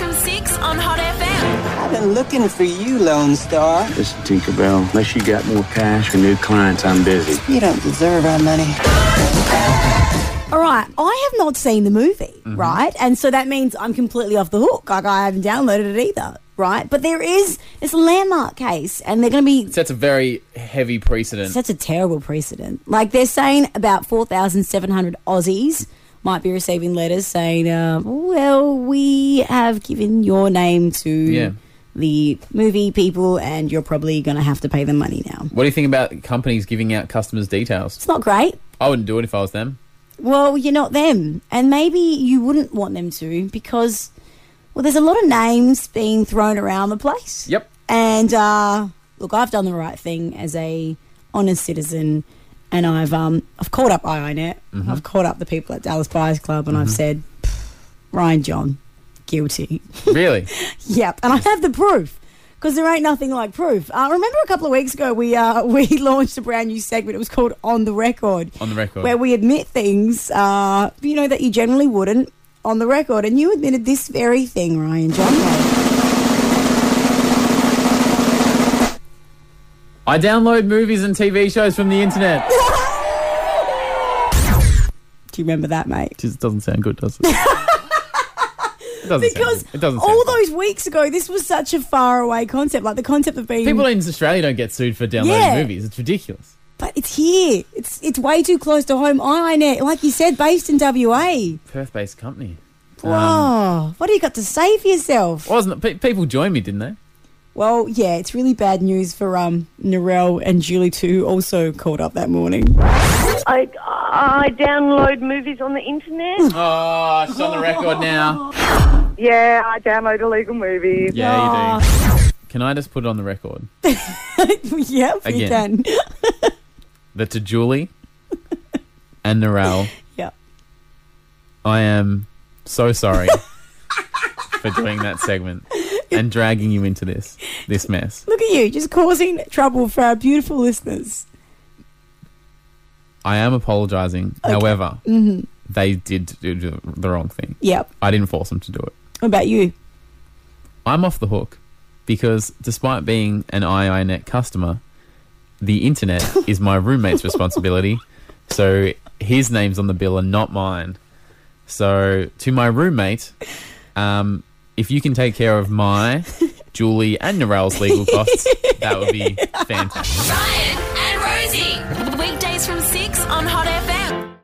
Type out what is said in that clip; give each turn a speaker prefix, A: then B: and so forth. A: on Hot FM.
B: I've been looking for you, Lone Star.
C: Listen, Tinkerbell, unless you got more cash or new clients, I'm busy.
B: You don't deserve our money.
D: All right, I have not seen the movie, right? And so that means I'm completely off the hook. Like I haven't downloaded it either, right? But there is this landmark case, and they're going to be.
E: Sets a very heavy precedent.
D: That's a terrible precedent. Like they're saying about four thousand seven hundred Aussies might be receiving letters saying, uh, "Well, we have given your name to
E: Yeah.
D: the movie people, and you're probably going to have to pay them money now."
E: What do you think about companies giving out customers' details?
D: It's not great.
E: I wouldn't do it if I was them.
D: Well, you're not them. And maybe you wouldn't want them to because, well, there's a lot of names being thrown around the place.
E: Yep.
D: And uh, look, I've done the right thing as a honest citizen, and I've um I've called up IINet, I've called up the people at Dallas Buyers Club, and I've said, "Pff, Ryan John, guilty.
E: Really?
D: Yep, and I have the proof because there ain't nothing like proof. Uh, remember a couple of weeks ago we uh, we launched a brand new segment. It was called On the Record.
E: On the record.
D: where we admit things, uh, you know, that you generally wouldn't on the record, and you admitted this very thing, Ryan John.
E: I download movies and TV shows from the internet.
D: Do you remember that, mate?
E: Just doesn't sound good, does it? it doesn't
D: Because
E: sound, it doesn't
D: all
E: sound good.
D: those weeks ago, this was such a faraway concept, like the concept of being.
E: people in Australia don't get sued for downloading
D: Yeah.
E: movies. It's ridiculous.
D: but it's here. It's it's way too close to home. IINet, like you said, based in WA.
E: Perth-based company. Um,
D: Wow. what do you got to say for yourself?
E: Wasn't it? Pe- people joined me, didn't they?
D: Well, yeah, it's really bad news for um Narelle and Julie too. Also called up that morning.
F: I, I download movies on the internet.
E: Oh, it's on the record now.
F: yeah, I download illegal movies.
E: Yeah, you do. Can I just put it on the record
D: yep, you
E: Again.
D: can.
E: that to Julie and Narelle,
D: yep.
E: I am so sorry for doing that segment and dragging you into this this mess.
D: Look at you, just causing trouble for our beautiful listeners.
E: I am apologising. However, they did do do the wrong thing.
D: Yep.
E: I didn't force them to do it.
D: What about you?
E: I'm off the hook because despite being an IINet customer, the internet is my roommate's responsibility. So his name's on the bill and not mine. So to my roommate, um, if you can take care of my, Julie, and Narelle's legal costs, that would be fantastic.
A: Ryan and Rosie. Weekdays from 6 on Hot